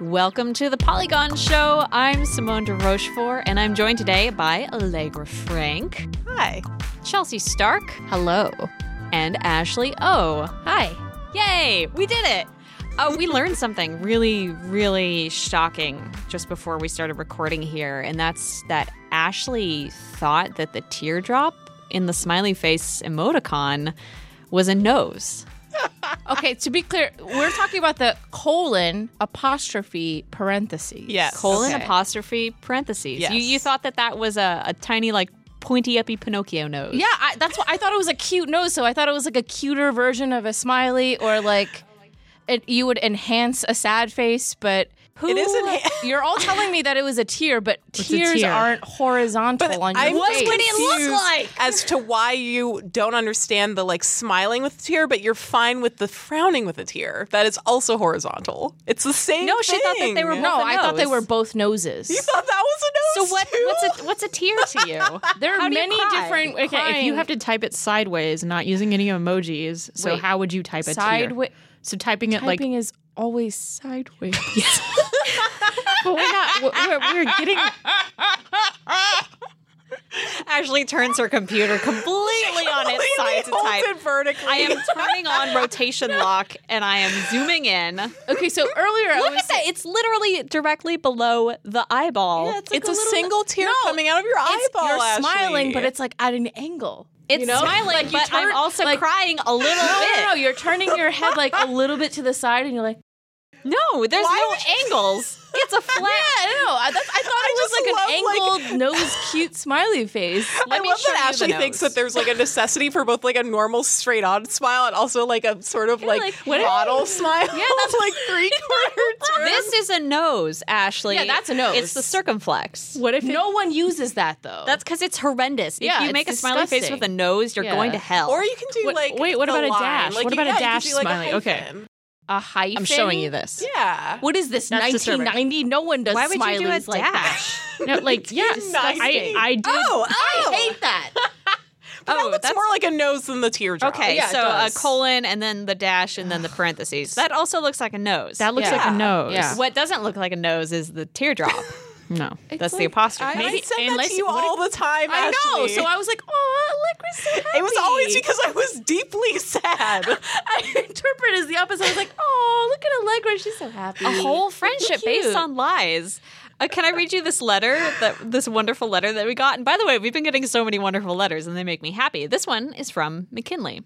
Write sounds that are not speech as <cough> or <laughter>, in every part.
Welcome to the Polygon Show. I'm Simone de Rochefort, and I'm joined today by Allegra Frank, Hi. Chelsea Stark, Hello. and Ashley O. Hi. Yay, we did it! Uh, we learned something really, really shocking just before we started recording here, and that's that Ashley thought that the teardrop in the smiley face emoticon was a nose. Okay, to be clear, we're talking about the colon apostrophe parentheses. Yes. Colon Okay. apostrophe parentheses. Yes. You, you thought that that was a, a tiny, like, pointy, uppy Pinocchio nose. Yeah, I, that's what I thought it was a cute nose, so I thought it was like a cuter version of a smiley or like it, you would enhance a sad face, but who It is enhan- <laughs> You're all telling me that it was a tear, but a tears tear. aren't horizontal <laughs> on your I'm face. confused As to why you don't understand the like smiling with a tear, but you're fine with the frowning with a tear. That is also horizontal. It's the same. No, she thought that they were thing. <laughs> both- No, I thought they nose. were both noses. You thought that was a So nose. what? too? What's a what's a tear to <laughs> you? There are How do you many cry? different. Okay, if you have to type it sideways, not using any emojis, so Wait. how would you type it? Sidewa- So typing it typing like, is always sideways. but we're not. We're, we're we're getting. Ashley turns her computer completely <laughs> on its side to Holds type. it vertically. I am turning on <laughs> rotation lock and I am zooming in. Look okay, so earlier I was at that. It's literally directly below the eyeball. <laughs> It's, a, single tear coming out of your eyeball. you're Ashley. smiling, but it's like at an angle. It's smiling, but I'm turn- also like- crying a little No, no, no, bit. you're turning your head like a little bit to the side, and you're like, No, there's Why no <laughs> angles. It's a flat. I don't know. I, that's, I thought I just it love, was like an angled nose, cute smiley <laughs> face. Let I me love show that you the Ashley thinks nose. that there's like a necessity for both like a normal straight on smile and also like a sort of like, like, what- model smile. Yeah, that's- <laughs> like three quarter <laughs> turn. This is a nose, Ashley. Yeah, that's a nose. It's the circumflex. What if No one uses that though. That's because it's horrendous. If Yeah, you make a it's smiley face disgusting. with a nose, you're Yeah. going to hell. Or you can do What- like wait, what the about a line. dash? Like, What you- about a yeah, you could dash do, like, a smiley? Okay. hyphen. a hyphen. I'm showing you this. Yeah. What is this? That's disturbing. 1990. No one does Why would smileys you do a like that. dash? <laughs> no, like <laughs> yeah, I Disgusting. I did. Oh, oh. I hate that. But that Oh, looks that's- more like a nose than the teardrop. Okay, Oh, Yeah, it so a does. colon and then the dash and <sighs> then the parentheses. That also looks like a nose. That looks Yeah. like a nose. Yeah. what doesn't look like a nose is the <laughs> teardrop. No. That's the like- apostrophe. I, I Maybe- said that unless- to you what all the time. I know. Ashley. So I was like, oh, Allegra's so happy. It was always because I was deeply <laughs> sad. I <laughs> interpret as the opposite. I was like, oh, look at Allegra. She's so happy. a whole friendship Cute. based on lies. Uh, can I read you this letter that this wonderful letter that we got? And by the way, we've been getting so many wonderful letters, and they make me happy. This one is from McKinley.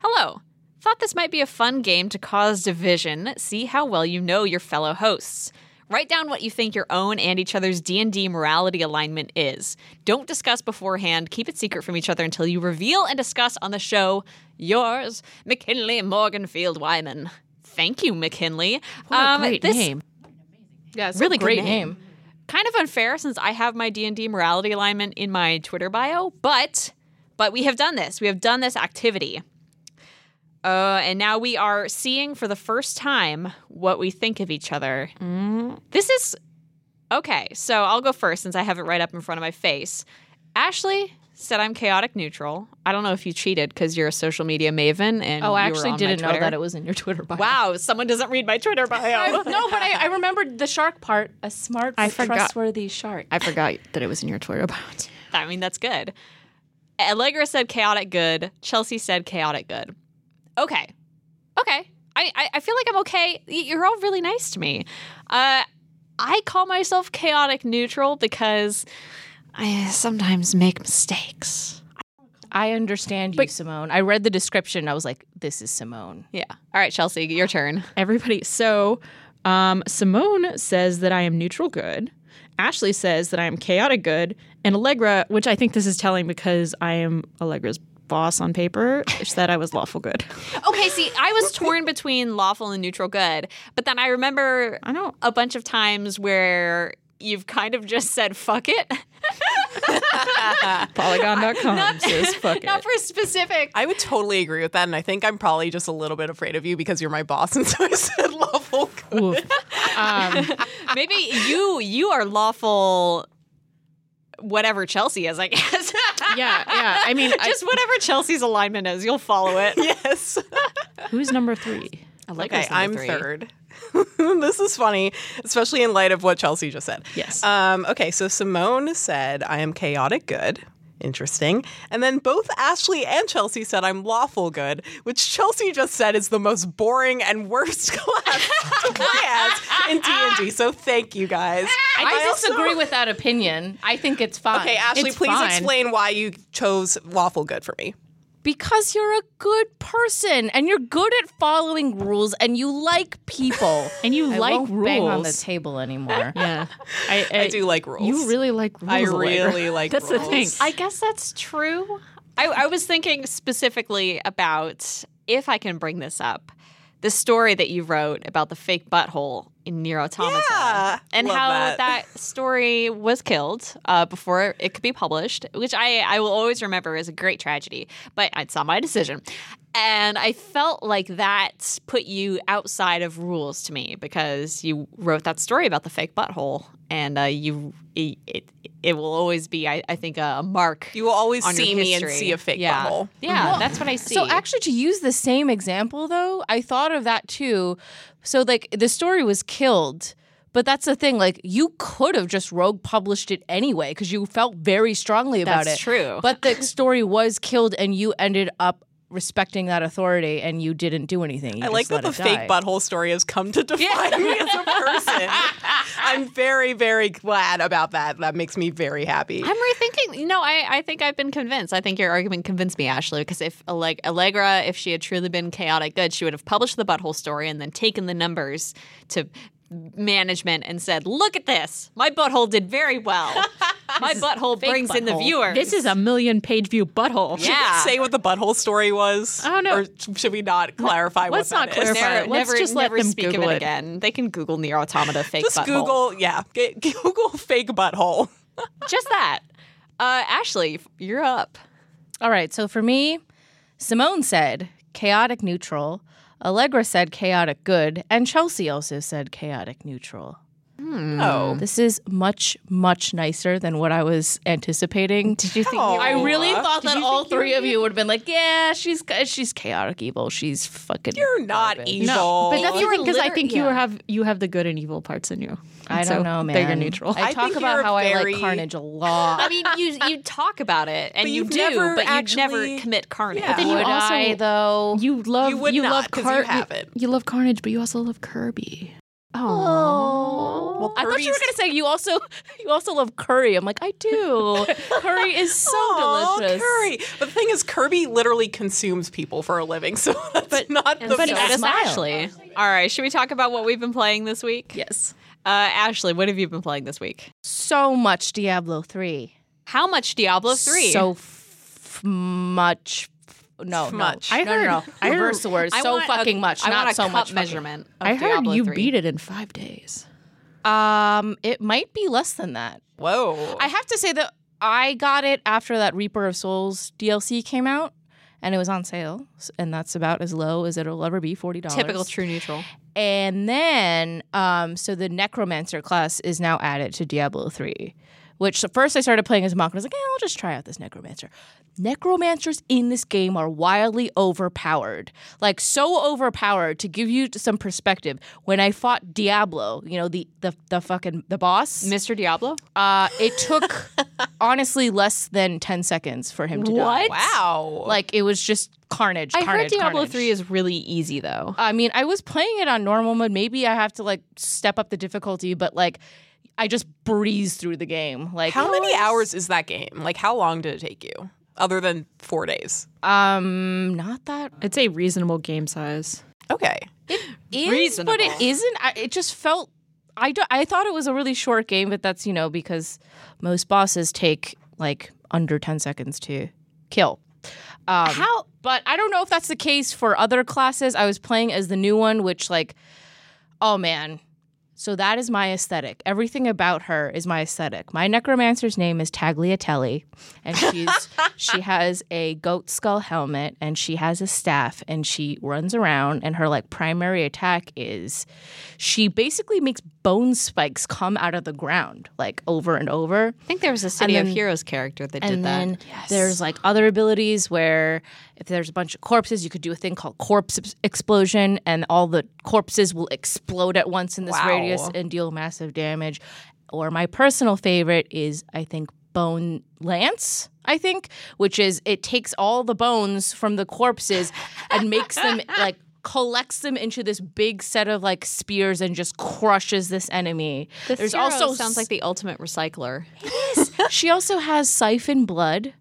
Hello. Thought this might be a fun game to cause division. See how well you know your fellow hosts. Write down what you think your own and each other's D&D morality alignment is. Don't discuss beforehand. Keep it secret from each other until you reveal and discuss on the show. Yours, McKinley Morganfield Wyman. Thank you, McKinley. What a Um, Oh, great this name. Yeah, it's Really a good great name. kind of unfair since I have my D&D morality alignment in my Twitter bio, but but we have done this. We have done this activity. Uh, and now we are seeing for the first time what we think of each other. Mm. This is okay. So I'll go first since I have it right up in front of my face. Ashley said I'm chaotic neutral. I don't know if you cheated because you're a social media maven and Oh, I you were on actually my didn't know Twitter. that it was in your Twitter bio. Wow, someone doesn't read my Twitter bio. <laughs> I- no, but I, I remembered the shark part. A smart, I but forgot. trustworthy shark. I forgot that it was in your Twitter about. I mean, that's good. Allegra said chaotic good. Chelsea said chaotic good. Okay. Okay. I, I, I feel like I'm okay. Y- You're all really nice to me. Uh, I call myself chaotic neutral because I sometimes make mistakes. I understand you, Simone. I read the description. I was like, this is Simone. Yeah. All right, Chelsea, your turn. Everybody. So, um, Simone says that I am neutral good. Ashley says that I am chaotic good. And Allegra, which I think this is telling because I am Allegra's boss on paper, said I was lawful good. Okay, see, I was torn between lawful and neutral good, but then I remember I don't. a bunch of times where you've kind of just said fuck it. Polygon.com says fuck Not it. for specific I would totally agree with that, and I think I'm probably just a little bit afraid of you because you're my boss, <laughs> and so I said lawful good. Oof. Um, Maybe you you are lawful whatever Chelsea is, I guess. <laughs> yeah, yeah. I mean, I- Just whatever Chelsea's <laughs> alignment is, you'll follow it. Yes. who's number three? Allegra's number Okay, I'm three. third. <laughs> this is funny, especially in light of what Chelsea just said. Yes. Um, okay, so Simone said, I am chaotic good. Interesting. And then both Ashley and Chelsea said, I'm lawful good, which Chelsea just said is the most boring and worst <laughs> class to play as in D&D. So thank you guys. I, also- disagree with that opinion. I think it's fine. Okay, Ashley, It's please fine. explain why you chose lawful good for me. Because you're a good person and you're good at following rules and you like people. And you I like won't rules. bang on the table <laughs> anymore. Yeah. Uh, I, I do like rules. You really like rules. I Allegra. really like That's rules. Oh, the thing. I guess that's true. I, I was thinking specifically about if I can bring this up, the story that you wrote about the fake butthole in Near Automata, Yeah, and love how that. that. story was killed uh, before it could be published, which I I will always remember as a great tragedy. But it's not my decision. And I felt like that put you outside of rules to me because you wrote that story about the fake butthole, and uh, you it, it it will always be I, I think a mark. You will always on your see me and history. see a fake yeah. butthole. Yeah, that's what I see. So actually, to use the same example though, I thought of that too. So like the story was killed, but that's the thing. Like you could have just rogue published it anyway because you felt very strongly about That's it. true. But <laughs> the story was killed, and you ended up respecting that authority, and you didn't do anything. You I just like that let the it die. fake butthole story has come to <laughs> define me as a person. I'm very, very glad about that. That makes me very happy. I'm rethinking. You know, I, I think I've been convinced. I think your argument convinced me, Ashley, because if Alleg- Allegra, if she had truly been chaotic good, she would have published the butthole story and then taken the numbers to management and said, look at this. My butthole did very <laughs> well. My butthole brings in the butthole. viewers. This is a million page view butthole. Yeah. Say what the butthole story was. Oh, no. Or should we not clarify Let's what that not is? clarify. Never, Let's never, just let never them speak Google of it, it. again. They can Google near automata fake Just butthole. Google, yeah, get, <laughs> Google fake butthole. Just that. Uh, Ashley, you're up. All right. So for me, Simone said chaotic neutral. Allegra said chaotic good, and Chelsea also said chaotic neutral. Hmm. Oh. This is much, much nicer than what I was anticipating. Did you think? I really thought that all three of you would have been like, "Yeah, she's she's chaotic evil. She's fucking." You're not evil. But You that's the were thing because I liter- think you yeah. have you have the good and evil parts in you. I And don't so know, man. That you're neutral. I, I talk think about you're how I very- like Carnage a lot. <laughs> I mean, you you talk about it and But you you've do, never but you actually- never commit carnage. Yeah. But then you Would also- I, though? you love You would not, love 'cause you Car- have it. You love Carnage, but you also love Kirby. Oh. Well, I thought you were Kirby's- gonna say you also <laughs> you also love curry. I'm like, I <laughs> do. curry is so Aw, delicious. Curry. But the thing is, Kirby literally consumes people for a living, <laughs> so that's not the but so it's smile. Ashley. All right, should we talk about what we've been playing this week? Yes. Uh, Ashley, what have you been playing this week? So much Diablo three. How much Diablo three? So f- much. f- No, no. much. I no, no, no. I <laughs> heard- Reverse the word. I So want a- fucking much. I not want a so cup much. fucking- measurement. of I heard Diablo you 3. beat it in five days. Um, it might be less than that. Whoa. I have to say that I got it after that Reaper of Souls DLC came out, and it was on sale, s- and that's about as low as it'll ever be forty dollars. Typical true neutral. And then, um, so the Necromancer class is now added to Diablo 3, which at first I started playing as a monk and I was like, eh, I'll just try out this Necromancer. Necromancers in this game are wildly overpowered. Like, so overpowered. To give you some perspective, when I fought Diablo, you know, the, the, the fucking, the boss, Mr. Diablo? uh, it took <laughs> honestly less than 10 seconds for him to die. What? wow. Like, it was just carnage, I heard carnage, Diablo carnage. three is really easy though. I mean, I was playing it on normal mode. Maybe I have to like step up the difficulty, but like I just breeze through the game. Like How many hours is that game? Like, how long did it take you? Other than four days. Um, not that It's a reasonable game size. Okay. is, Reasonable. but it isn't. I, it just felt. I do, I thought it was a really short game, but that's you know because most bosses take like under ten seconds to kill. Um, How but I don't know if that's the case for other classes. I was playing as the new one, which like, oh man, So that is my aesthetic. Everything about her is my aesthetic. My necromancer's name is Tagliatelle, and she's she has a goat skull helmet and she has a staff and she runs around and her like primary attack is she basically makes bone spikes come out of the ground like over and over. I think there was a City of Heroes character that did And that. then there's like other abilities where if there's a bunch of corpses, you could do a thing called corpse ex- explosion, and all the corpses will explode at once in this radius and deal massive damage. Or my personal favorite is I think bone lance. I think, which is it takes all the bones from the corpses and makes <laughs> them like collects them into this big set of like spears and just crushes this enemy. This There's hero also sounds like the ultimate recycler. she also has siphon blood.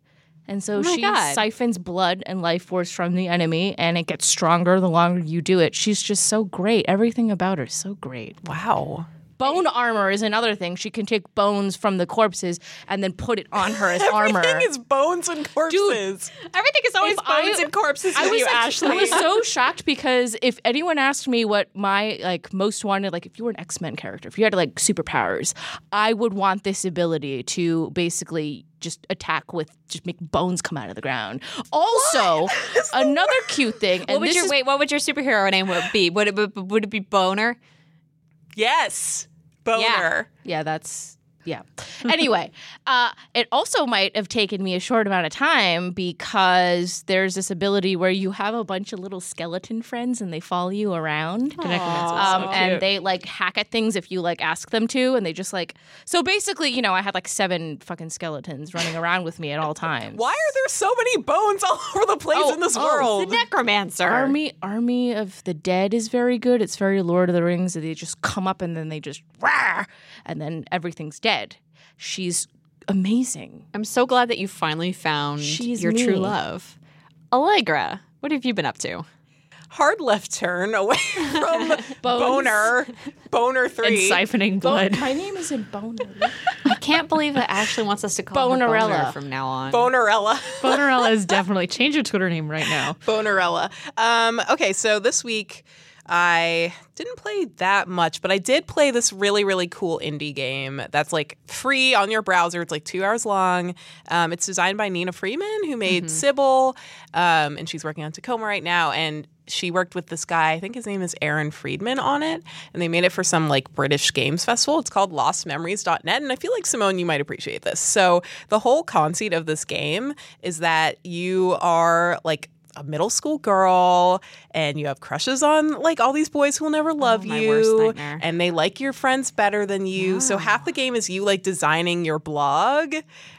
And so Oh my she God. siphons blood and life force from the enemy, and it gets stronger the longer you do it. She's just so great. Everything about her is so great. Wow. Bone armor is another thing. She can take bones from the corpses and then put it on her <laughs> as armor. Everything is bones and corpses. Everything is always If I- bones and corpses. I with was, you, like- Ashley. I was <laughs> so shocked because if anyone asked me what my like most wanted, like if you were an X Men character, if you had like superpowers, I would want this ability to basically just attack with just make bones come out of the ground. Also, <laughs> another cute thing. And What would this your is- wait? What would your superhero name would be? Would it be- would it be Boner? Yes. Boner. Yeah, that's yeah. Anyway, uh, it also might have taken me a short amount of time because there's this ability where you have a bunch of little skeleton friends and they follow you around. Um, and they like hack at things if you like ask them to, and they just like so basically, you know, I had like seven fucking skeletons running around with me at all times. Why are there so many bones all <laughs> over the place in this The world? necromancer. Army Army of the Dead is very good. It's very Lord of the Rings. They just come up and then they just rah, and then everything's dead. She's amazing. I'm so glad that you finally found She's your true me. love, Allegra. What have you been up to? Hard left turn away <laughs> from boner. Boner and three. siphoning blood. Oh, <laughs> My name isn't <laughs> Boner. I can't believe that Ashley wants <laughs> us to call her Bonerella. Boner from now on. Bonerella. Bonerella is definitely change your Twitter name right now. Bonerella. Um, okay, so this week I didn't play that much, but I did play this really, really cool indie game that's like free on your browser. It's like two hours long. Um, it's designed by Nina Freeman, who made Sybil, um, and she's working on Tacoma right now. And she worked with this guy, I think his name is Aaron Friedman, on it. And they made it for some like British Games Festival. It's called lostmemories.net. And I feel like, Simone, you might appreciate this. So, the whole conceit of this game is that you are like, a middle school girl and you have crushes on like all these boys who will never love Oh, my you worst nightmare. and they like your friends better than you. So half the game is you like designing your blog.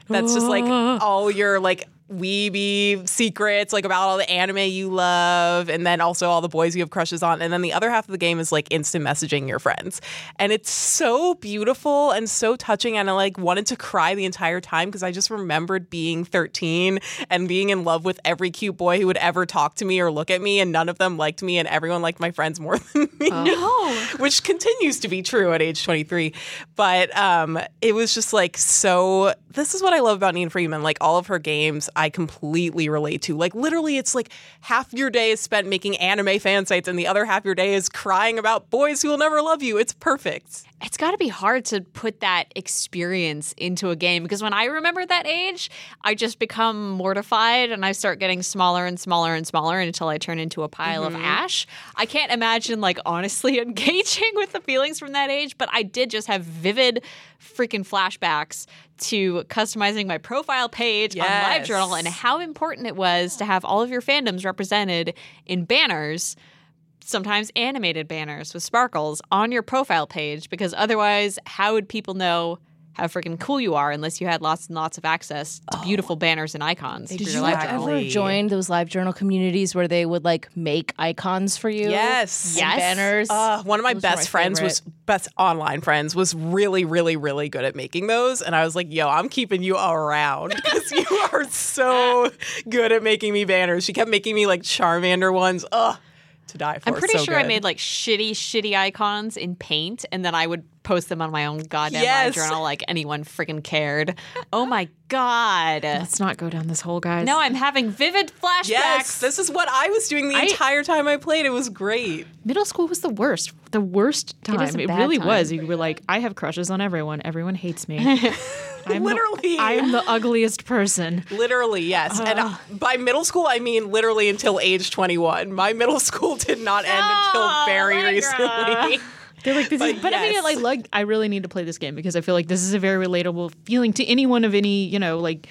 That's just like all your like weeby secrets, like about all the anime you love, and then also all the boys you have crushes on. And then the other half of the game is like instant messaging your friends. And it's so beautiful and so touching. And I like wanted to cry the entire time because I just remembered being 13 and being in love with every cute boy who would ever talk to me or look at me, and none of them liked me, and everyone liked my friends more <laughs> than me Oh. which continues to be true at age 23. But um, it was just like so. This is what I love about Nina Freeman. Like all of her games, I completely relate to. Like literally, it's like half your day is spent making anime fan sites, and the other half your day is crying about boys who will never love you. It's perfect. it's got to be hard to put that experience into a game because when I remember that age, I just become mortified and I start getting smaller and smaller and smaller until I turn into a pile of ash. I can't imagine like honestly <laughs> engaging with the feelings from that age, but I did just have vivid freaking flashbacks to customizing my profile page Yes. on LiveJournal and how important it was to have all of your fandoms represented in banners sometimes animated banners with sparkles on your profile page because otherwise, how would people know how freaking cool you are unless you had lots and lots of access to Oh, beautiful banners and icons? for your live journal? ever join those live journal communities where they would like make icons for you? Yes. Yes. Banners. Uh, one of my Those were best my friends was best online friends was really, really, really good at making those, and I was like, "Yo, I'm keeping you around <laughs> because you are so good at making me banners." She kept making me like Charmander ones. Ugh, to die for. I'm pretty So sure I good. made like shitty, shitty icons in paint, and then I would post them on my own goddamn Yes. eye journal like anyone freaking <laughs> cared. Oh my god. Let's not go down this hole, guys. Now I'm having vivid flashbacks. Yes, this is what I was doing the entire time I played. It was great. middle school was the worst. The worst time. is a it bad really time. was. You were like, I have crushes on everyone. Everyone hates <laughs> me. I'm Literally. the, I'm the ugliest person. Literally, yes. and uh, by middle school, I mean literally until age 21. My middle school did not end until very recently. <laughs> They're like, this is, But but I mean, yes. like, like, I really need to play this game because I feel like this is a very relatable feeling to anyone of any, you know, like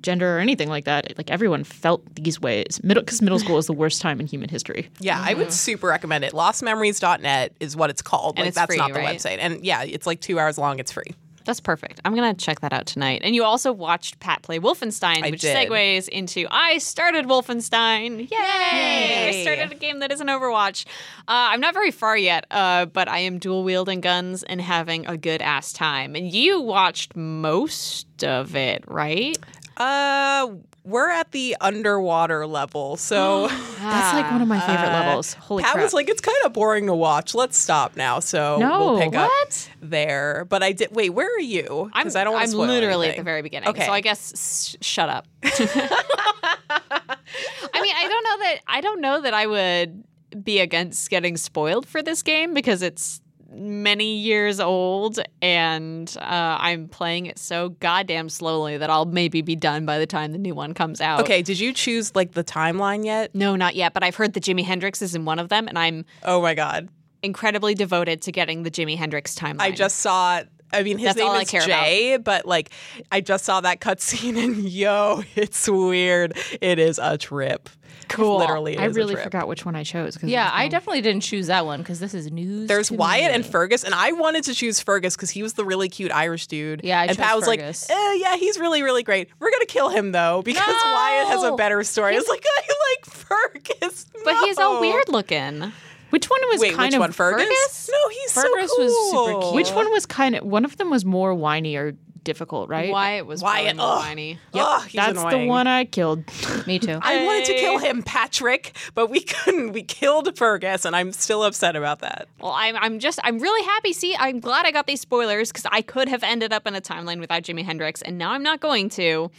gender or anything like that. Like everyone felt these ways. Middle because middle school is the worst time in human history. yeah, I would super recommend it. LostMemories.net is what it's called. like, it's that's free, not the right? website. And yeah, it's like two hours long. It's free. That's perfect. I'm gonna check that out tonight. And you also watched Pat play Wolfenstein, which did. segues into I started Wolfenstein. Yay! I started a game that isn't Overwatch. Uh, I'm not very far yet, uh, but I am dual wielding guns and having a good ass time. And you watched most of it, right? Uh, we're at the underwater level. <gasps> So <laughs> That's like one of my favorite levels. Holy Pat crap! was like, it's kind of boring to watch. Let's stop now. So No, we'll pick what? up there. But I did. Wait, where are you? I'm, Because I don't want I'm to spoil literally at anything. the very beginning. Okay. So I guess sh- shut <laughs> up. I mean, I don't know that I don't know that I would be against getting spoiled for this game because it's many years old and uh, I'm playing it so goddamn slowly that I'll maybe be done by the time the new one comes out. Okay, did you choose like the timeline yet? No, not yet, but I've heard that Jimi Hendrix is in one of them, and I'm Oh my god. incredibly devoted to getting the Jimi Hendrix timeline. I just saw. I mean, his That's name all I is care Jay, but like, I just saw that cutscene, <laughs> and yo, it's weird. It is a trip. Cool. Literally, it I is a really trip. forgot which one I chose. 'cause it Yeah, was I dumb. definitely didn't choose that one because this is news. There's to Wyatt me. and Fergus, and I wanted to choose Fergus because he was the really cute Irish dude. Yeah, I and Pat chose was Fergus. like, eh, "Yeah, he's really, really great. We're gonna kill him though because No! Wyatt has a better story." It's like I like Fergus, but he's all no. weird looking. Which one was Wait, kind which of one? Fergus? No, he's Fergus so cool. was super cute. Which one was kind of one of them was more whiny or difficult, right? Wyatt was Wyatt, Wyatt, ugh. whiny. Ugh, he's That's the annoying. one I killed. Me <laughs> too. I wanted to kill him, Patrick, but we <laughs> couldn't. We killed Fergus, and I'm still upset about that. Well, I'm, I'm just, I'm really happy. See, I'm glad I got these spoilers because I could have ended up in a timeline without Jimi Hendrix, and now I'm not going to.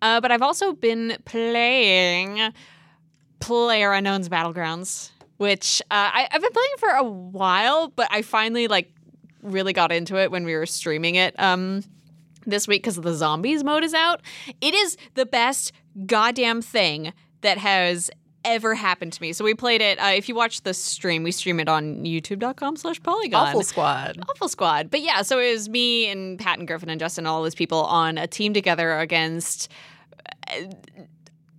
Uh, but I've also been playing Player Unknown's Battlegrounds, which uh, I, I've been playing for a while, but I finally like really got into it when we were streaming it. Um, this week because the zombies mode is out. It is the best goddamn thing that has ever happened to me. So we played it. Uh, if you watch the stream, we stream it on youtube.com slash polygon. Squad. Awful Squad. But yeah, so it was me and Pat and Griffin and Justin, all those people on a team together against uh,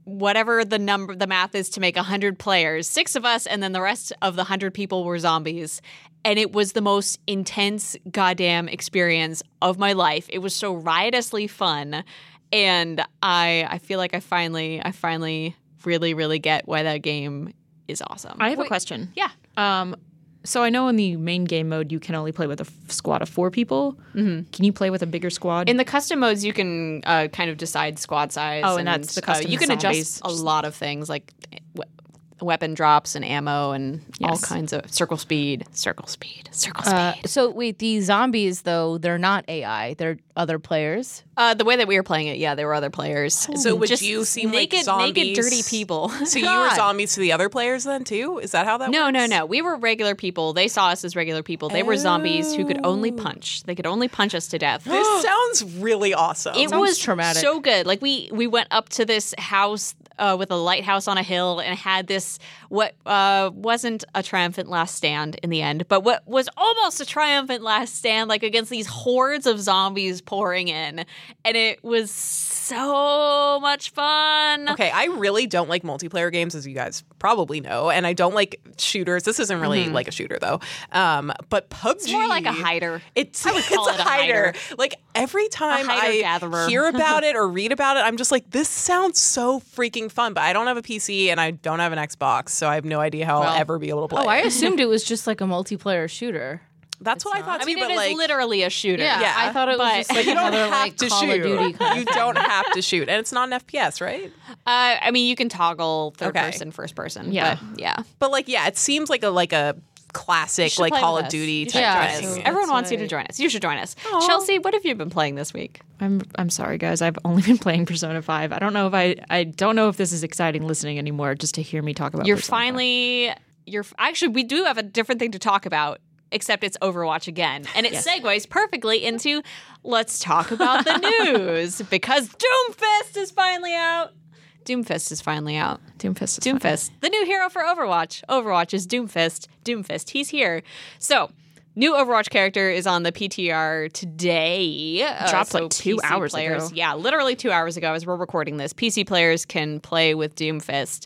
whatever the number, the math is to make 100 players, six of us, and then the rest of the 100 people were zombies. And it was the most intense goddamn experience of my life. It was so riotously fun. And I, I feel like I finally, I finally really, really get why that game is awesome. I have a question. yeah. Um, so I know in the main game mode you can only play with a f- squad of four people. Mm-hmm. Can you play with a bigger squad? In the custom modes, you can uh, kind of decide squad size. uh, Oh, and that's the custom you can zombies. adjust a lot of things like we- weapon drops and ammo and all kinds of circle speed, circle speed, circle speed. Uh, so wait, the zombies though they're not AI; they're other players. Uh, the way that we were playing it, yeah, there were other players. Oh. So would Just you seem naked, like naked, zombies? dirty people? <laughs> So you were zombies to the other players then too? Is that how that? <laughs> No, works? no, no. We were regular people. They saw us as regular people. They were zombies who could Oh. only punch. They could only punch us to <gasps> death. This sounds really awesome. it Sounds was traumatic. so good like we we went up to this house uh, with a lighthouse on a hill and had this what uh, wasn't a triumphant last stand in the end but what was almost a triumphant last stand like against these hordes of zombies pouring in and it was so much fun <laughs> Okay, I really don't like multiplayer games, as you guys probably know, and I don't like shooters. This isn't really like a shooter though. Um, but PUBG, it's Mm-hmm. more like a hider. <laughs> It's would call it's it a a hider. hider. Like every time hider I gatherer. <laughs> hear about it or read about it, I'm just like, this sounds so freaking fun. But I don't have a PC and I don't have an Xbox, so I have no idea how I'll ever be able to play. Oh, I it. assumed it was just like a multiplayer shooter. That's what I thought I too. mean, it but is like, literally a shooter. Yeah, Yeah, I thought it was but- just But like you don't another have like to Call shoot. of Duty. Kind you don't have to shoot, and it's not an FPS, right? Uh, I mean, you can toggle third Okay. person, first person. Yeah. but yeah. But like, yeah, it seems like a like a classic like play Call with of us. Duty You type should try thing. it. Everyone That's wants you to right. join us. You should join us. Chelsea, what have you been playing this week? I'm I'm sorry guys. I've only <laughs> been playing Persona 5. I don't know if I I don't know if this is exciting listening anymore just to hear me talk about You're Persona 5. finally. You're actually. We do have a different thing to talk about, except it's Overwatch again, and it segues perfectly into let's talk about <laughs> the news because Doomfist is finally out. Doomfist is finally out. Doomfist. is fun. Doomfist, the new hero for Overwatch. Overwatch is Doomfist. Doomfist, he's here. So, new Overwatch character is on the PTR today. Uh, Dropped, so like, two PC hours players, ago. Yeah, literally two hours ago as we're recording this. PC players can play with Doomfist.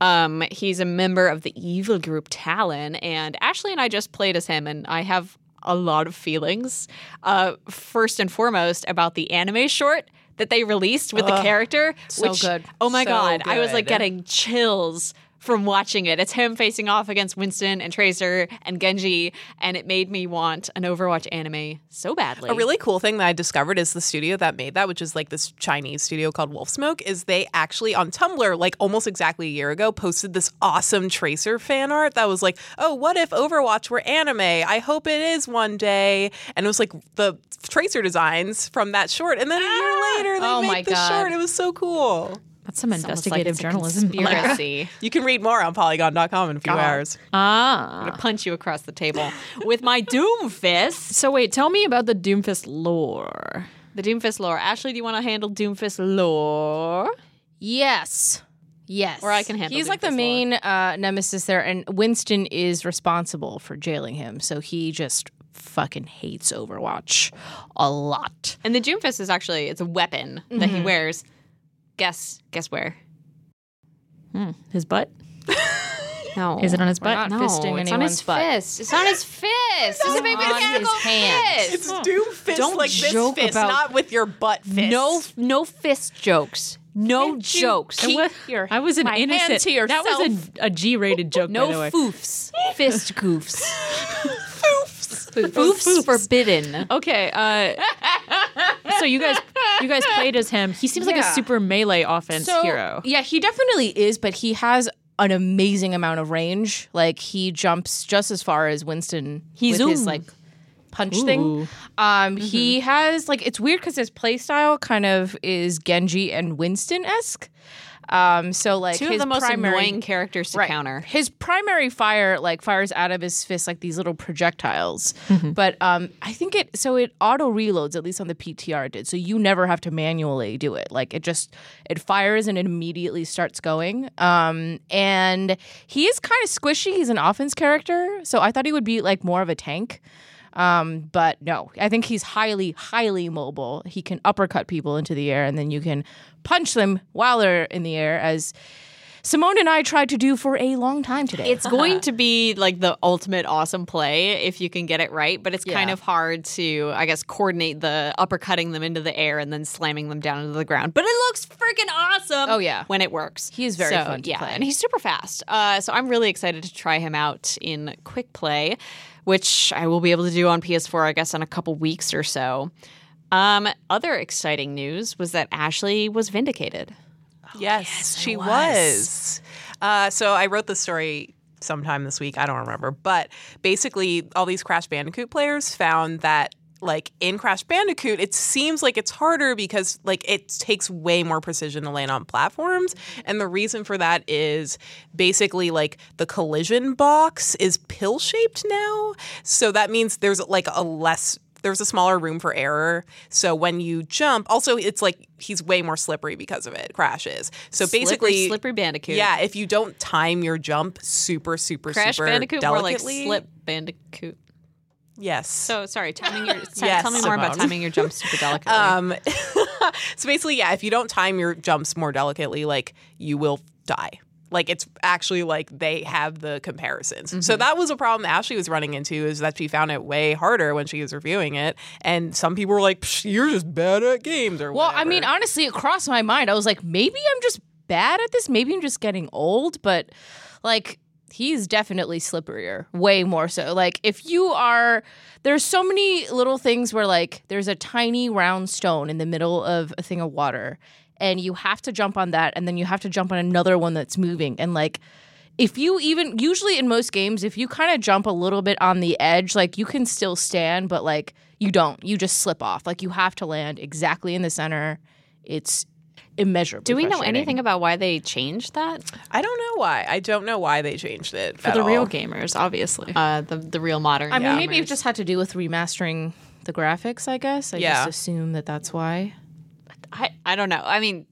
Um, he's a member of the evil group Talon, and Ashley and I just played as him, and I have a lot of feelings. Uh, first and foremost about the anime short that they released with the character, so which good. oh my So god, I was like good. getting getting chills from watching it. It's him facing off against Winston and Tracer and Genji, and it made me want an Overwatch anime so badly. A really cool thing that I discovered is the studio that made that, which is like this Chinese studio called Wolf Smoke, is they actually on Tumblr, like almost exactly a year ago, posted this awesome Tracer fan art that was like, oh, what if Overwatch were anime? I hope it is one day. And it was like the Tracer designs from that short. And then a Ah! year later, they Oh made my the God. short. It was so cool. That's some investigative journalism. <laughs> Conspiracy. You can read more on polygon.com in a few hours. ah. Punch you across the table with my Doom Fist. So wait, tell me about the Doomfist lore. The Doom Fist lore. Ashley, do you want to handle Doom Fist lore? Yes. Yes. Or I can handle He's like the Doomfist main uh, nemesis there, and Winston is responsible for jailing him. So he just fucking hates Overwatch a lot. And the Doom Fist is actually it's a weapon that he wears. Guess guess where? His butt? No. Is it on his We're butt? not No, fisting it's on his <laughs> anyone's butt. fist. It's on his fist. It's a big on his mechanical hand. fist. It's Doom fist Don't like this joke fist, about- not with your butt fist. No, Oh, no fist jokes. No jokes. I was, your- I was an my hand innocent. to That was a, a G-rated joke. no by the way. foofs. <laughs> Fist goofs. Foofs. Foofs, forbidden. Okay, uh, so you guys, you guys played as him. He seems like a Yeah. super melee offense So, hero. Yeah, he definitely is, but he has an amazing amount of range. Like he jumps just as far as Winston. He with zoom. his like punch thing. Ooh. Um, he Mm-hmm. has like it's weird because his playstyle kind of is Genji and Winston esque. Um, so like Two his of the most primary, annoying characters to Right. counter. His primary fire like fires out of his fist like these little projectiles. Mm-hmm. But um I think it so it auto reloads at least on the PTR it did. So you never have to manually do it. Like it just it fires and it immediately starts going. Um and he is kind of squishy. He's an offense character, so I thought he would be like more of a tank. Um, but no, I think he's highly, highly mobile. He can uppercut people into the air, and then you can punch them while they're in the air, as Simone and I tried to do for a long time today. It's <laughs> going to be like the ultimate awesome play if you can get it right, but it's kind Yeah. of hard to, I guess, coordinate the uppercutting them into the air and then slamming them down into the ground. But it looks freaking awesome. Oh, yeah. when it works, He is very So, fun to yeah, play. and he's super fast. Uh, so I'm really excited to try him out in quick play, which I will be able to do on PS4, I guess, in a couple weeks or so. Um, other exciting news was that Ashley was vindicated. Oh, Yes, she was. Uh, so I wrote the story sometime this week. I don't remember, but basically, all these Crash Bandicoot players found that. Like in Crash Bandicoot, it seems like it's harder because like it takes way more precision to land on platforms, and the reason for that is basically like the collision box is pill shaped now, so that means there's like a less there's a smaller room for error. So when you jump, also it's like he's way more slippery because of it. Crashes. So basically, slippery, slippery bandicoot. yeah, if you don't time your jump super, super, Crash super Bandicoot delicately, more like Slip Bandicoot. Yes. So sorry, timing <laughs> your t- Yes, tell me more about Simone. timing your jump super delicately. um, <laughs> so basically, yeah, if you don't time your jumps more delicately, like you will die. Like it's actually like they have the comparisons. Mm-hmm. So that was a problem Ashley was running into is that she found it way harder when she was reviewing it, and some people were like, "Psh, "You're just bad at games," or well, I whatever. mean, honestly, it crossed my mind. I was like, maybe I'm just bad at this. Maybe I'm just getting old. But like, he's definitely slipperier, way more so. Like if you are there's so many little things where like there's a tiny round stone in the middle of a thing of water and you have to jump on that and then you have to jump on another one that's moving and like if you even usually in most games if you kind of jump a little bit on the edge like you can still stand but like you don't you just slip off like you have to land exactly in the center it's immeasurable Do we know anything about why they changed that I don't know why. I don't know why they changed it for at the all. real gamers, obviously. uh, the the real modern? I mean, maybe gamers. it just had to do with remastering the graphics, I guess. I Yeah. just assume that that's why. I, I don't know. I mean,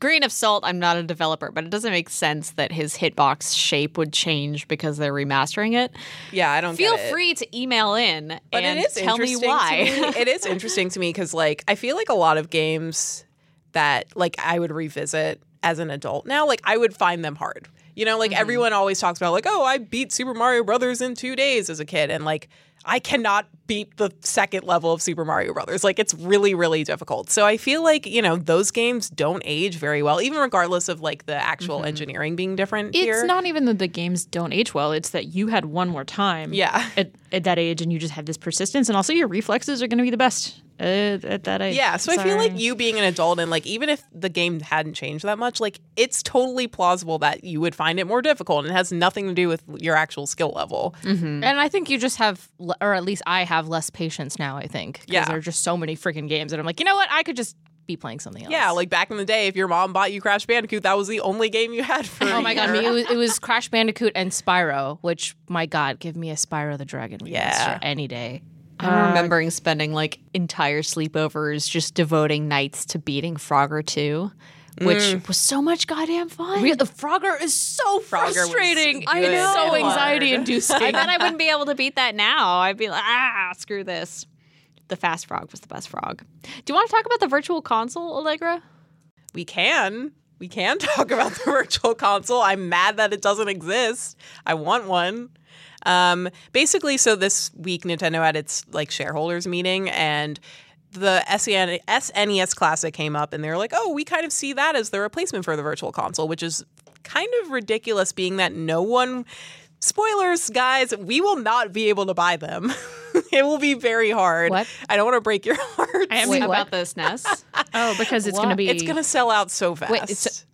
grain of salt. I'm not a developer, but it doesn't make sense that his hitbox shape would change because they're remastering it. Yeah, I don't Feel get it. free to email in But and it is tell me interesting To why. <laughs> me. It is interesting to me because, like, I feel like a lot of games that, like, I would revisit as an adult now, like, I would find them hard. You know, Mm-hmm. like, everyone always talks about, like, oh, I beat Super Mario Brothers in two days as a kid, and like, I cannot beat the second level of Super Mario Brothers. Like, it's really, really difficult. So I feel like you know those games don't age very well, even regardless of like the actual Mm-hmm. engineering being different. It's here. not even that the games don't age well, it's that you had one more time Yeah. at, at that age and you just have this persistence and also your reflexes are going to be the best uh, at that age. Yeah, so I feel like Sorry. you being an adult and like even if the game hadn't changed that much, like it's totally plausible that you would find it more difficult and it has nothing to do with your actual skill level. Mm. And I think you just have, le- or at least I have less patience now, I think. 'cause Yeah. There are just so many freaking games that I'm like, you know what? I could just be playing something else. Yeah, like back in the day, if your mom bought you Crash Bandicoot, that was the only game you had for. Oh my god! I mean, it was, it was Crash Bandicoot and Spyro, which my god, give me a Spyro the Dragon remaster Yeah. any day. I'm remembering spending like entire sleepovers just devoting nights to beating Frogger 2, which was so much goddamn fun. Re- Frogger is so was frustrating. I good. know. so Hard. anxiety inducing. I bet I <laughs> wouldn't be able to beat that now. I'd be like, ah, screw this. The fast frog was the best frog. Do you want to talk about the virtual console, Allegra? we can we can <laughs> talk about the virtual console. I'm mad that it doesn't exist. I want one. Um, basically, so this week Nintendo had its like shareholders meeting and the E SN- SNES Classic came up and they were like, "Oh, we kind of see that as the replacement for the virtual console," which is kind of ridiculous being that no one spoilers guys, we will not be able to buy them. <laughs> it will be very hard. What? I don't want to break your <laughs> heart. I am- Wait, what? about E this, Ness. Oh, because it's going to What? be. it's going to sell out so fast. it's-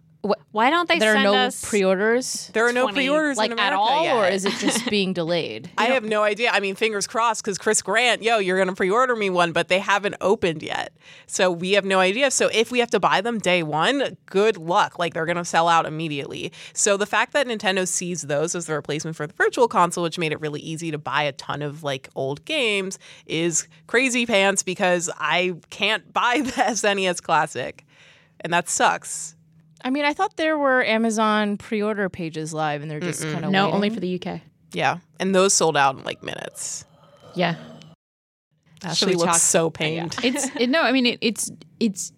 Why don't they there are send no us pre-orders. There are no 20, pre-orders like in at America all, yet. or is it just being delayed? I have no idea. I mean, fingers crossed because Chris Grant, yo, you're gonna pre-order me one, but they haven't opened yet, so we have no idea. So if we have to buy them day one, good luck. Like they're gonna sell out immediately. So the fact that Nintendo sees those as the replacement for the Virtual Console, which made it really easy to buy a ton of like old games, is crazy pants because I can't <laughs> buy the SNES Classic, and that sucks. I mean, I thought there were Amazon pre-order pages live, and they're just kind of no, only for the UK. Yeah, and those sold out in like minutes. Yeah. Should we Ashley looks talk- so pained. <laughs> It's it, no, I mean it, it's it's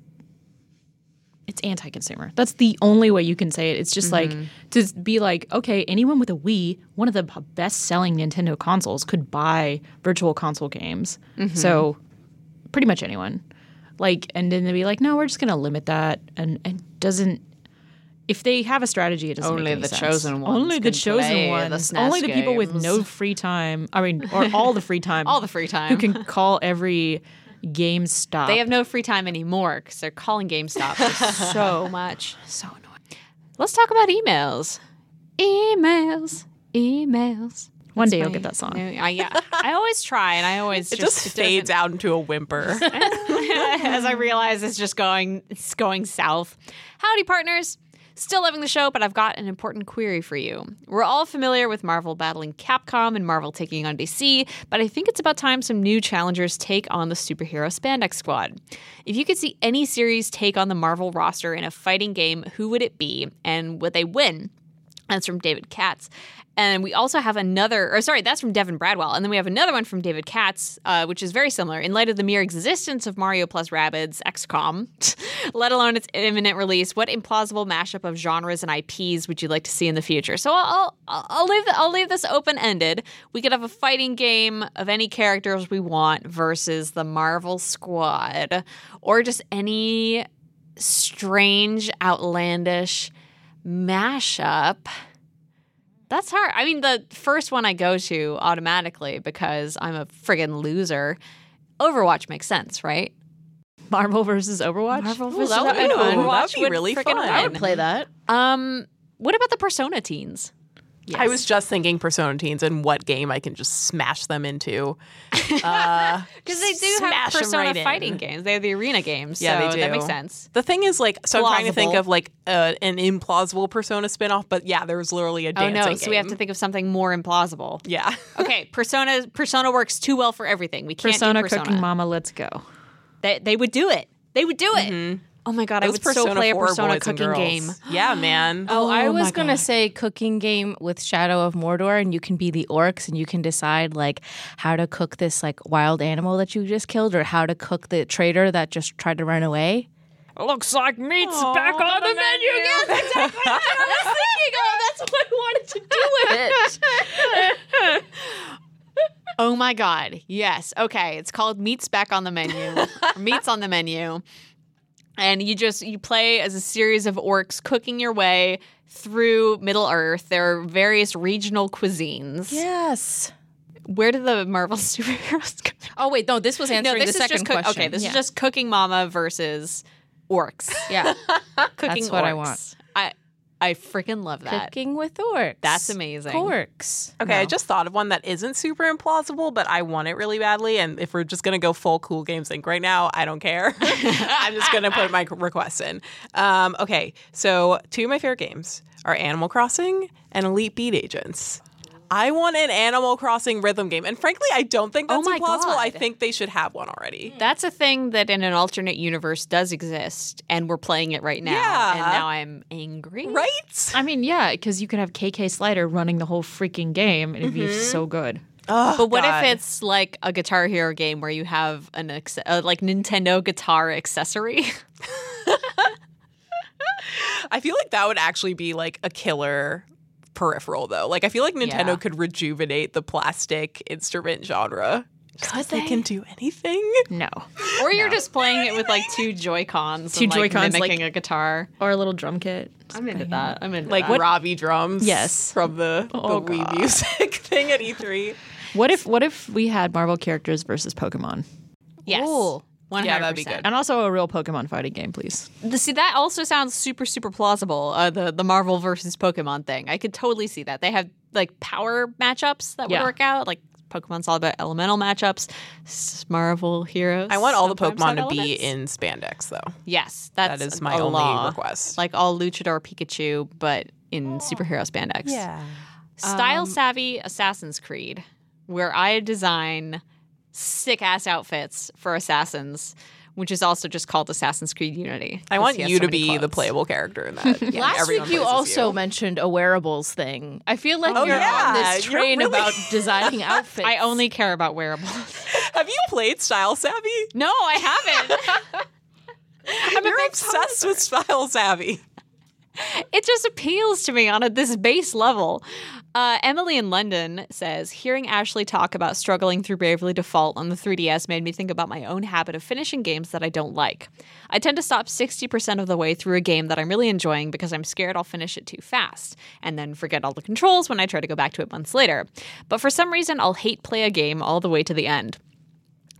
it's anti-consumer. That's the only way you can say it. It's just like Mm-hmm. to be like, okay, anyone with a Wii, one of the b- best-selling Nintendo consoles, could buy virtual console games. Mm-hmm. So pretty much anyone. Like, and then they'd be like, no, we're just going to limit that, and and doesn't. If they have a strategy, it doesn't Only make any the sense. chosen ones Only the can chosen play the ones. SNES only the people with games. no free time. I mean, or all <laughs> the free time. all the free time? who <laughs> can call every GameStop. They have no free time anymore because they're calling GameStop for so much. so annoying. Let's talk about emails. Emails. Emails. One day you'll get that song. I, yeah, I always try, and I always It just, fades out into a <laughs> whimper. <laughs> as I realize it's just going it's going south. Howdy partners. Still loving the show, but I've got an important query for you. We're all familiar with Marvel battling Capcom and Marvel taking on DC, but I think it's about time some new challengers take on the superhero spandex squad. If you could see any series take on the Marvel roster in a fighting game, who would it be and would they win? That's from David Katz. And we also have another, or sorry, that's from Devin Bradwell. And then we have another one from David Katz, uh, which is very similar. In light of the mere existence of Mario plus Rabbids, XCOM, <laughs> let alone its imminent release, what implausible mashup of genres and IPs would you like to see in the future? So I'll, I'll, I'll leave I'll leave this open ended. We could have a fighting game of any characters we want versus the Marvel Squad, or just any strange, outlandish mashup That's hard. I mean, the first one I go to automatically because I'm a friggin' loser. Overwatch makes sense, right? Marvel versus Overwatch. Marvel Ooh, versus that would be Overwatch. fun. That'd be would really friggin' fun. I would play that. Um, what about the Persona teens? I was just thinking Persona teens and what game I can just smash them into. Because they do Smash 'em have Persona right in. fighting games. They have the arena games. Yeah, so they do. That makes sense. The thing is, like, so I'm trying to think Plausible. of like uh, an implausible Persona spinoff, but yeah, there was literally a Oh dancing no! So we have game. to think of something more implausible. Yeah. <laughs> okay, Persona Persona works too well for everything. We can't Persona, do Persona. Cooking Mama, let's go. They, they would do it. They would do it. Mm-hmm. Oh my god! I would so play a 4 Persona boys and cooking girls. game. Yeah, man. Oh, <gasps> I Oh my was gonna say cooking game with Shadow of Mordor, and you can be the orcs, and you can decide like how to cook this like wild animal that you just killed, or how to cook the traitor that just tried to run away. Looks like meat's back on the menu. <laughs> Oh my god! Yes. Okay, it's called Meats Back on the Menu. <laughs> or Meats on the Menu, and you just you play as a series of orcs cooking your way through Middle Earth. There are various regional cuisines. Yes. Where do the Marvel <laughs> superheroes come? Oh wait, no, this was answering no, this is the second just cook- question. okay. This yeah. is just Cooking Mama versus orcs. <laughs> yeah, cooking That's what I orcs. want. I I freaking love that. cooking with orcs. That's amazing. Orcs. Okay, I just thought of one that isn't super implausible, but I want it really badly. And if we're just gonna go full cool game sync right now, I don't care. <laughs> I'm just gonna put my requests in. Um, okay, so two of my favorite games are Animal Crossing and Elite Beat Agents. I want an Animal Crossing rhythm game, and frankly, I don't think that's Oh my implausible. I God. think they should have one already. That's a thing that in an alternate universe does exist, and we're playing it right now. And Yeah. now I'm angry. Right? I mean, yeah, because you could have KK Slider running the whole freaking game, and it'd be so good. But what if it's like a Guitar Hero game where you have an acce- uh, like Nintendo guitar accessory? <laughs> I feel like that would actually be like a killer peripheral though. Like I feel like Nintendo Yeah. could rejuvenate the plastic instrument genre. Because they? can do anything. No, or you're just playing it with like two Joy Cons, Two and, like, Joy-Cons, mimicking like- a guitar. or a little drum kit. I'm into that. I'm into Like that. Robbie drums. Yes. From the, the Wii music <laughs> thing at E E3. What if what if we had Marvel characters versus Pokemon, yes, Ooh. one Yeah, hundred that'd be percent. and also a real Pokemon fighting game, please? The- See, that also sounds super, super plausible. Uh, the the Marvel versus Pokemon thing, I could totally see that. They have like power matchups that would Yeah. work out. Like Pokemon's all about elemental matchups. S- Marvel heroes. I want all the sometimes Pokemon have to be elements. in spandex though. Yes, that's That is my a only law. request. Like all Luchador Pikachu, but in superhero spandex. Style savvy Assassin's Creed, where I design sick ass outfits for assassins, which is also just called Assassin's Creed Unity. I 'cause want he has you so to many be the clothes. playable character <laughs> in that. And Last everyone week you plays as also mentioned a wearables thing. I feel like you're yeah. on this You're train really- about <laughs> designing outfits. I only care about <laughs> wearables. Have you played Style Savvy? No, I <laughs> haven't. I'm <laughs> You're obsessed with Style Savvy. it just appeals to me on a, this base level. Uh, Emily in London says, hearing Ashley talk about struggling through Bravely Default on the 3DS made me think about my own habit of finishing games that I don't like. I tend to stop 60% of the way through a game that I'm really enjoying because I'm scared I'll finish it too fast and then forget all the controls when I try to go back to it months later. But for some reason, I'll hate play a game all the way to the end.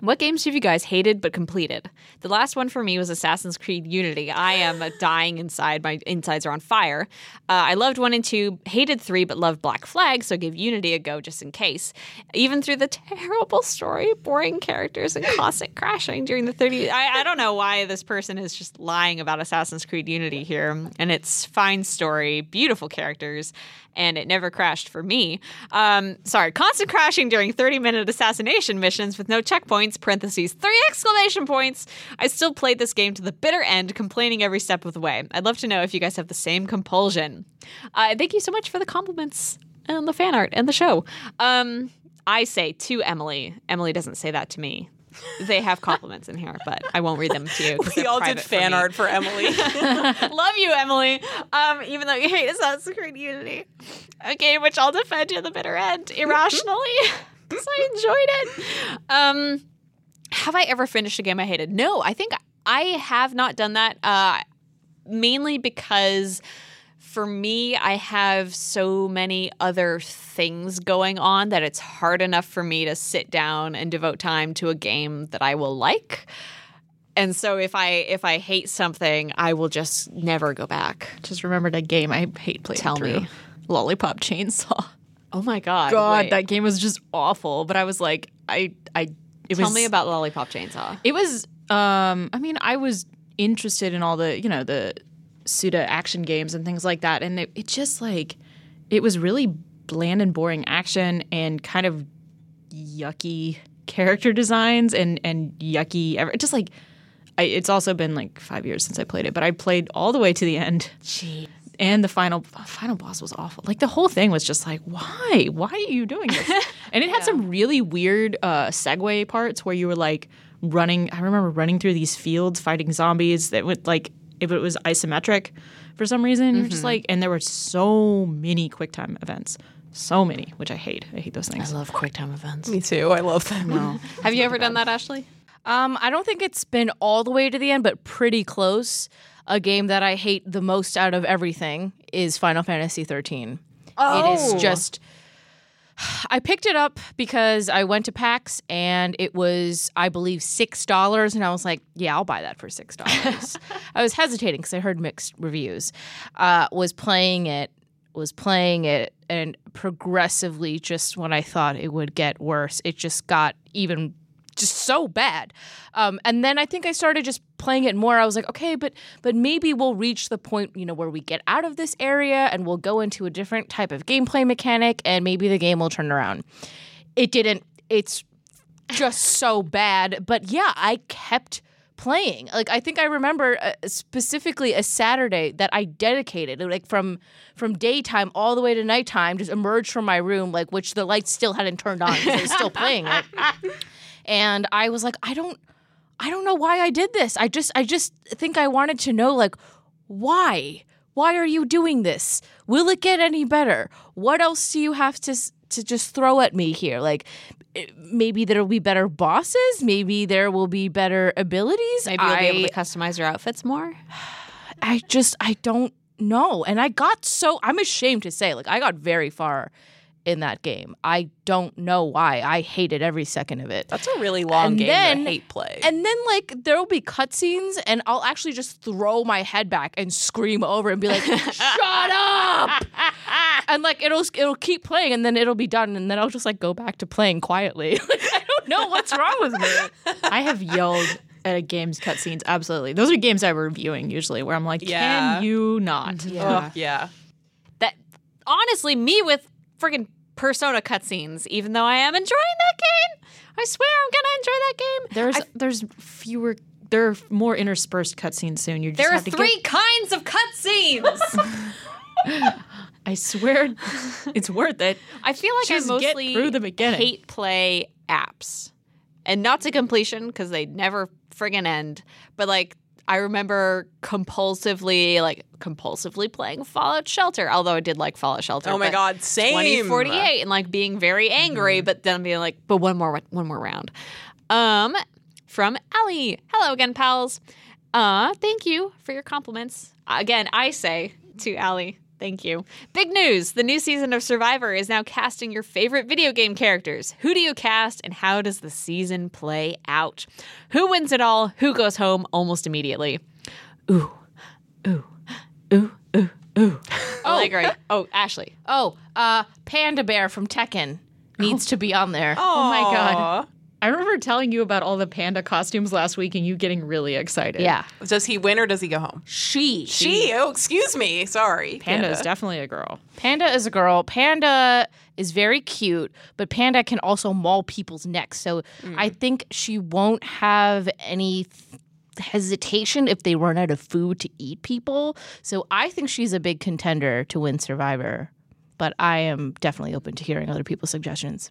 What games have you guys hated but completed? The last one for me was Assassin's Creed Unity. I am a dying inside. My insides are on fire. Uh, I loved one and two, hated three, but loved Black Flag, so gave Unity a go just in case. Even through the <laughs> terrible story, boring characters, and constant crashing during the 30. I, I don't know why this person is just lying about Assassin's Creed Unity here. And it's fine story, beautiful characters, and it never crashed for me. Um, sorry, constant crashing during 30 minute assassination missions with no checkpoints, parentheses, three exclamation points. I still played this game to the bitter end, complaining every step of the way. I'd love to know if you guys have the same compulsion. Uh, thank you so much for the compliments and the fan art and the show. Um, I say to Emily, Emily doesn't say that to me. They have compliments in here, but I won't read them to you. 'cause <laughs> We they're all did private for fan me. art for <laughs> Emily. <laughs> Love you, Emily. Um, even though <laughs> you hate Assassin's Creed Unity. Okay, which I'll defend you at the bitter end irrationally <laughs> because I enjoyed it. Um, have I ever finished a game I hated? No, I think I have not done that. Uh, mainly because for me, I have so many other things going on that it's hard enough for me to sit down and devote time to a game that I will like. And so if I if I hate something, I will just never go back. Just remembered a game I hate playing. Tell me. through. Lollipop Chainsaw. Oh my god. God, wait. that game was just awful. But I was like, I, I, it Tell was. me about Lollipop Chainsaw. It was. Um, I mean, I was interested in all the, you know, the Suda action games and things like that, and it, it just like, it was really bland and boring action and kind of yucky character designs and and yucky, ever- just like. I, it's also been like five years since I played it, but I played all the way to the end. Jeez. And the final final boss was awful. Like the whole thing was just like, why? Why are you doing <laughs> this? and it had some really weird uh, segue parts where you were like running. I remember running through these fields fighting zombies that went like if it was isometric for some reason. You're just like, and there were so many quick time events, so many, which I hate. I hate those things. <laughs> love quick time events. Me too. I love them. Have you ever done that, Ashley? Um, I don't think it's been all the way to the end, but pretty close. A game that I hate the most out of everything is Final Fantasy XIII. It is just. I picked it up because I went to PAX and it was, I believe, six dollars, and I was like, "Yeah, I'll buy that for six dollars." I was hesitating because I heard mixed reviews. Uh, was playing it, was playing it, and progressively, just when I thought it would get worse, it just got even just so bad. Um, and then I think I started just playing it more. I was like, okay, but but maybe we'll reach the point, you know, where we get out of this area and we'll go into a different type of gameplay mechanic, and maybe the game will turn around. It didn't. It's just so bad. But yeah, I kept playing. Like I think I remember uh, specifically a Saturday that I dedicated like from from daytime all the way to nighttime just emerged from my room like which the lights still hadn't turned on 'cause I was still playing it and I was like, I don't, I don't know why I did this. I just, I just think I wanted to know, like, why, why are you doing this? Will it get any better? What else do you have to s- to just throw at me here? Like, eh, maybe there will be better bosses. Maybe there will be better abilities. Maybe you'll I, be able to customize your outfits more. I just, I don't know. And I got so, I'm ashamed to say, like, I got very far. In that game, I don't know why. I hated every second of it. That's a really long And game that I then- hate play. And then like there will be cutscenes, and I'll actually just throw my head back and scream over and be like, "Shut <laughs> up!" and like it'll it'll keep playing, and then it'll be done, and then I'll just like go back to playing quietly. <laughs> Like, I don't know what's wrong with me. I have yelled at a game's cutscenes. Absolutely, those are games I'm reviewing usually, where I'm like, Yeah. "Can you not?" Ugh, yeah. that honestly me with friggin' persona cutscenes even though i am enjoying that game i swear i'm gonna enjoy that game There's there's fewer. There are more interspersed cutscenes soon. You just there are have to three Get, kinds of cutscenes <laughs> I swear, it's worth it. i feel like Just i get mostly through the beginning. hate play apps and not to completion because they never friggin' end but like I remember compulsively, like compulsively playing Fallout Shelter. Although I did like Fallout Shelter. Oh my but God, same. 2048 and like being very angry, but then being like, but one more one more round. Um, from Ellie. Hello again, pals. Uh, thank you for your compliments. Again, I say to Allie, thank you. Big news! The new season of Survivor is now casting your favorite video game characters. Who do you cast, and how does the season play out? Who wins it all? Who goes home almost immediately? Ooh, ooh, ooh, ooh, ooh. Oh, Allegra. oh, Ashley. Oh, uh, Panda Bear from Tekken needs to be on there. Oh my god. I remember telling you about all the panda costumes last week, and you getting really excited. Yeah, Does he win or does he go home? she. She. Oh, excuse me. Sorry. Panda is definitely a girl. Panda is a girl. Panda is very cute, but Panda can also maul people's necks. So I Mm. think she won't have any th- hesitation if they run out of food to eat people. So I think she's a big contender to win Survivor. But I am definitely open to hearing other people's suggestions.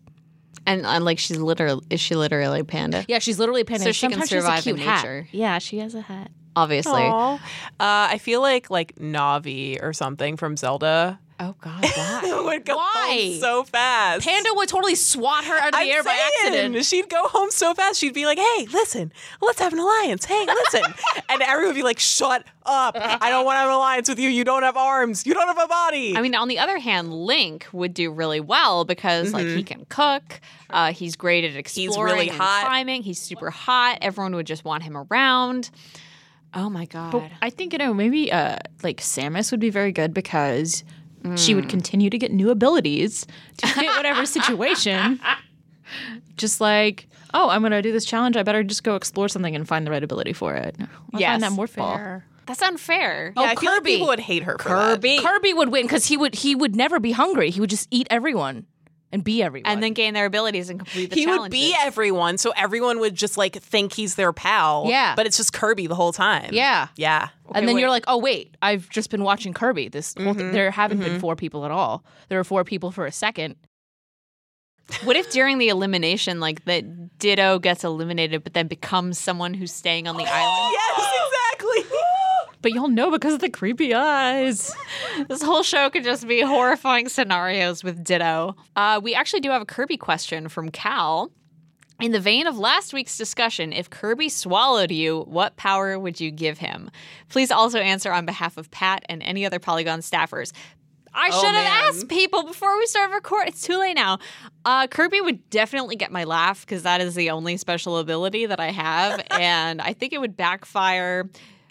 And, uh, and like she's literally is she literally a panda? Yeah, she's literally Panda. So she can Sometimes she has a survive in cute hat. nature. Yeah, she has a hat. obviously. Aw. Uh, I feel like like Navi or something from Zelda <laughs> Oh God, why? would go Why? home so fast. Panda would totally swat her out of the I'm air by saying, accident. She'd go home so fast. She'd be like, "Hey, listen, let's have an alliance. Hey, listen," <laughs> and everyone would be like, "Shut up! I don't want to have an alliance with you. You don't have arms. You don't have a <laughs> body." I mean, on the other hand, Link would do really well because like he can cook. Uh, he's great at exploring. really and hot. Climbing. He's super hot. Everyone would just want him around. Oh my god. I think you know maybe uh, like Samus would be very good because she would continue to get new abilities to fit whatever <laughs> situation. Just like, oh, I'm gonna do this challenge. I better just go explore something and find the right ability for it. I Yes. find that more fair. That's unfair. yeah, Oh, I feel like Kirby. people would hate her. For That. Kirby. Kirby would win because he would he would never be hungry. He would just eat everyone and be everyone. and then gain their abilities and complete the He would challenges. be everyone, so everyone would just like think he's their pal. Yeah. but it's just Kirby the whole time. yeah. yeah. and then you're like, oh wait, Mm-hmm, I've just been watching Kirby. This well, th- there haven't been four people at all. There were four people for a second. What if during the elimination, like that Ditto gets eliminated, but then becomes someone who's staying on the island? <laughs> Yes, <laughs> exactly. But y'all know because of the creepy eyes. This whole show could just be horrifying scenarios with Ditto. Uh, we actually do have a Kirby question from Cal. In the vein of last week's discussion, if Kirby swallowed you, what power would you give him? Please also answer on behalf of Pat and any other Polygon staffers. I should have Oh, man. asked people before we started recording. It's too late now. Uh, Kirby would definitely get my laugh because that is the only special ability that I have. <laughs> and I think it would backfire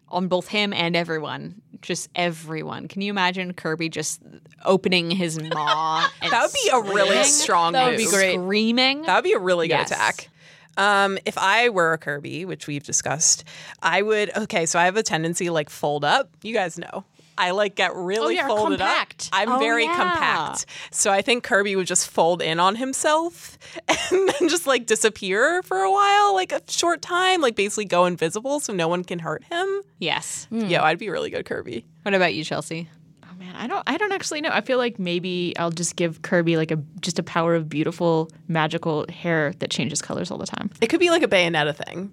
on both him and everyone. Just everyone. Can you imagine Kirby just opening <laughs> his maw? And That would be a really screaming? strong That would be move. great. Screaming. That would be a really Yes. good attack. Um, if I were a Kirby, which we've discussed, I would. Okay, so I have a tendency to, like fold up. You guys know. I like get really you're folded compact. up. I'm Oh, very yeah. compact. So I think Kirby would just fold in on himself <laughs> and then just like disappear for a while, like a short time, like basically go invisible so no one can hurt him. yes. Yo, I'd be really good Kirby. What about you, Chelsea? Oh man, I don't I don't actually know. I feel like maybe I'll just give Kirby like a just a power of beautiful magical hair that changes colors all the time. It could be like a Bayonetta thing.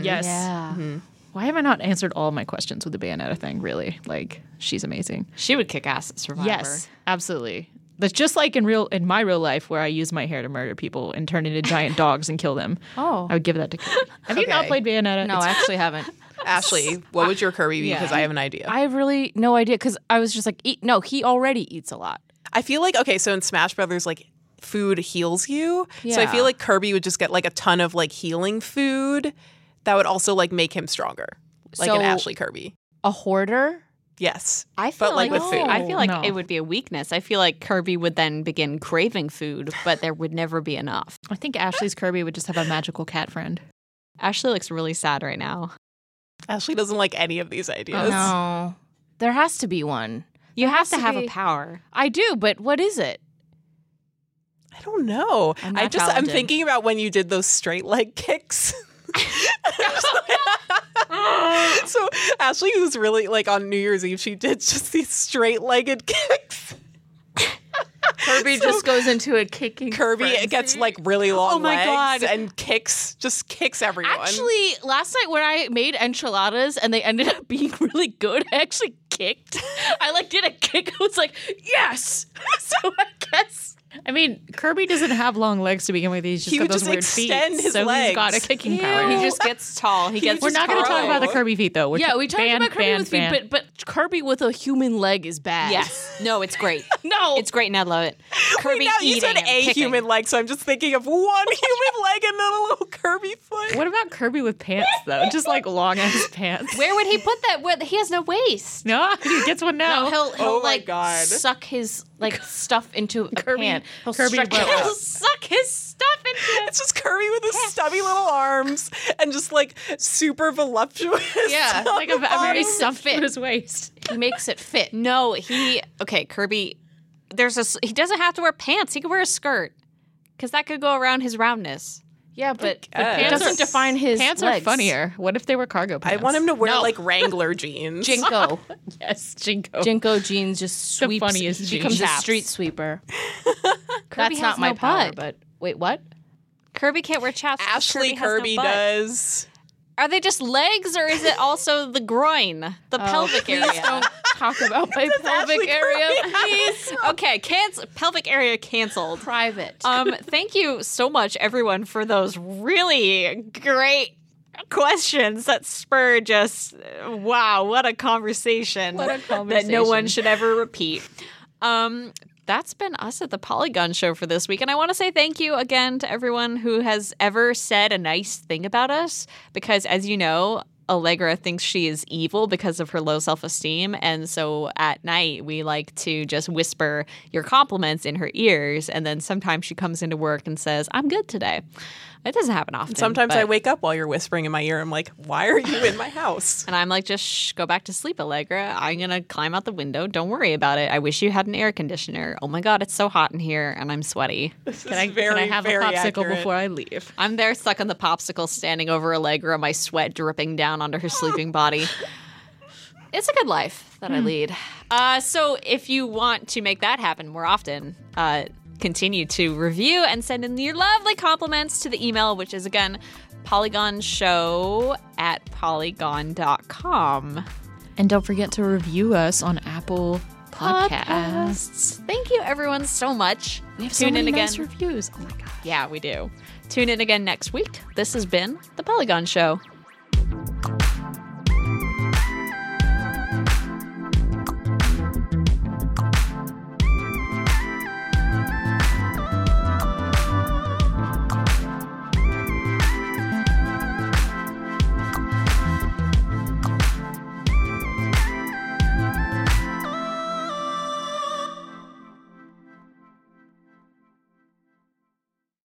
Yes. Mm. Mm-hmm. Why have I not answered all my questions with the Bayonetta thing? Really, like she's amazing. She would kick ass at Survivor. Yes, absolutely. That's just like in real in my real life where I use my hair to murder people and turn into giant dogs and kill them. <laughs> Oh. I would give that to. Kirby. Have you not Okay. played Bayonetta? No, I <laughs> actually haven't. Ashley, what would your Kirby be? Because I have an idea. I have really no idea because I was just like, eat. No, he already eats a lot. I feel like okay, so in Smash Brothers, like food heals you. So I Yeah. feel like Kirby would just get like a ton of like healing food that would also like make him stronger, like an So- Ashley Kirby. A hoarder. Yes, I feel But, like, like, with food. I feel like No. it would be a weakness. I feel like Kirby would then begin craving food, but there would never be enough. <laughs> I think Ashley's Kirby would just have a magical cat friend. Ashley looks really sad right now. Ashley doesn't like any of these ideas. Oh, No, there has to be one. You have has to to have a be- power. I do, but what is it? I don't know. I'm I not just talented. I'm thinking about when you did those straight <laughs> leg <laughs> kicks. so Ashley was really like on New Year's Eve. She did just these straight legged <laughs> kicks. <laughs> Kirby just goes into a kicking. Kirby gets like really long Oh my legs God. and kicks, just kicks everyone. Actually, last night when I made enchiladas and they ended <laughs> up being really good, I actually kicked. I like did a kick. I was like, yes. <laughs> so I guess I mean, Kirby doesn't have long legs to begin with. He's just He got would those just weird extend feet, his so he's got a legs. kicking power. He just gets tall. He gets. We're not going to talk tall. about the Kirby feet though. We're Oh. yeah, we talked banned, about Kirby banned, with feet, banned. but but Kirby with a human leg is bad. Yes. No. It's great. <laughs> no, It's great, and I love it. Kirby Wait, now eating. you said and a kicking. human leg, so I'm just thinking of one human leg and then a little curvy foot. What about Kirby with pants though? Just like <laughs> long ass pants. Where would he put that? Where he has no waist. No, he gets one now. No, he'll he'll Oh my like God. suck his like stuff into a Kirby- pan. He'll Kirby stretch butt it out. up. suck his stuff into. It's just Kirby with his stubby little arms and just like super voluptuous. Yeah, on like <laughs> the a, a very bottom. stuffed fit. fit his waist. <laughs> He makes it fit. No, he okay. Kirby, there's a s- he doesn't have to wear pants. He could wear a skirt because that could go around his roundness. Yeah, but guess. it doesn't define his Pants legs. are funnier. What if they were cargo I pants? want him to wear No. like Wrangler <laughs> jeans. Jinko, <laughs> Yes, Jinko. Jinko jeans just The sweeps. funniest he jeans. becomes a Zaps. street sweeper. Kirby has That's not my no power, butt. but wait, what? Kirby can't wear chaps. 'cause Ashley has no Kirby butt. does. Are they just legs or is it also the groin, the pelvic area? Oh, Don't talk <laughs> about my pelvic area, <laughs> please. okay, canc- pelvic area canceled. Private. Um, thank you so much, everyone, for those really great questions that spur just wow, what a conversation, What a that no one conversation. should ever repeat. Um, that's been us at the Polygon Show for this week, and I want to say thank you again to everyone who has ever said a nice thing about us, because as you know. Allegra thinks she is evil because of her low self esteem. And so at night, we like to just whisper your compliments in her ears. And then sometimes she comes into work and says, I'm good today. It doesn't happen often. Sometimes I but- wake up while you're whispering in my ear. I'm like, why are you in my house? and I'm like, just shh, go back to sleep, Allegra. I'm going to climb out the window. Don't worry about it. I wish you had an air conditioner. Oh my God, it's so hot in here and I'm sweaty. This Can I, is very, can I have a very popsicle accurate. before I leave? I'm there stuck on the popsicle, standing over Allegra, my sweat dripping down onto her sleeping body. It's a good life that I Hmm. lead. Uh, so if you want to make that happen more often, uh, continue to review and send in your lovely compliments to the email, which is again polygonshow at polygon.com. And don't forget to review us on Apple Thank you, everyone, so much. We have Tune in again. reviews. Oh my god. yeah, we do. Tune in again next week. This has been The Polygon Show.